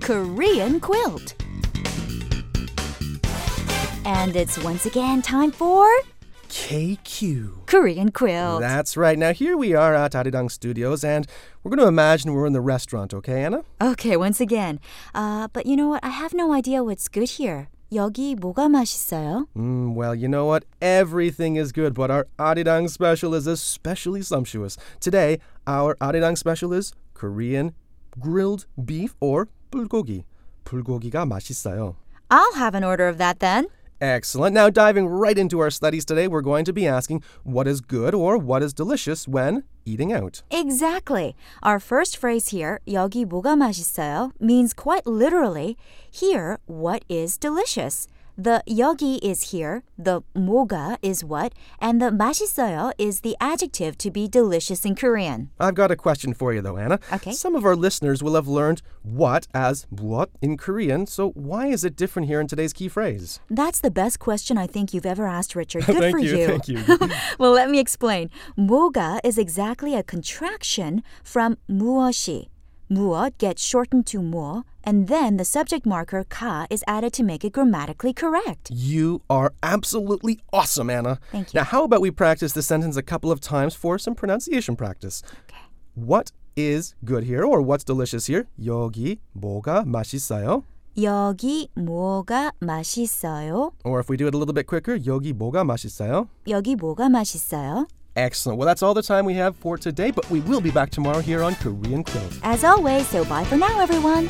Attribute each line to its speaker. Speaker 1: Korean quilt. And it's once again time for
Speaker 2: KQ.
Speaker 1: Korean quilt.
Speaker 2: That's right. Now, here we are at Arirang Studios, and we're going to imagine we're in the restaurant, okay, Anna?
Speaker 1: Okay, once again. Uh, but you know what? I have no idea what's good here. 여기 뭐가 맛있어요?
Speaker 2: Mm, well, you know what? Everything is good, but our Arirang special is especially sumptuous. Today, our Arirang special is Korean grilled beef or bulgogi. 불고기가 맛있어요.
Speaker 1: I'll have an order of that then.
Speaker 2: Excellent. Now, diving right into our studies today, we're going to be asking what is good or what is delicious when eating out.
Speaker 1: Exactly. Our first phrase here, 여기 뭐가 맛있어요, means quite literally, here, what is delicious. The 여기 is here, the 뭐가 is what, and the 맛있어요 is the adjective to be delicious in Korean.
Speaker 2: I've got a question for you, though, Anna.
Speaker 1: Okay.
Speaker 2: Some of our listeners will have learned what as what in Korean, so why is it different here in today's key phrase?
Speaker 1: That's the best question I think you've ever asked, Richard. Good
Speaker 2: thank
Speaker 1: for you.
Speaker 2: Thank you.
Speaker 1: well, let me explain. 뭐가 is exactly a contraction from 무엇이. 무엇 gets shortened to 뭐, and then the subject marker ka is added to make it grammatically correct.
Speaker 2: you are absolutely awesome, Anna.
Speaker 1: Thank
Speaker 2: Now, how about we practice the sentence a couple of times for some pronunciation practice?
Speaker 1: Okay.
Speaker 2: What is good here or what's delicious here? 여기 뭐가 맛있어요?
Speaker 1: 여기 뭐가 맛있어요?
Speaker 2: Or if we do it a little bit quicker, 여기 뭐가 맛있어요?
Speaker 1: 여기 뭐가 맛있어요?
Speaker 2: Excellent. Well, that's all the time we have for today, but we will be back tomorrow here on Korean Quilt.
Speaker 1: As always, so bye for now, everyone.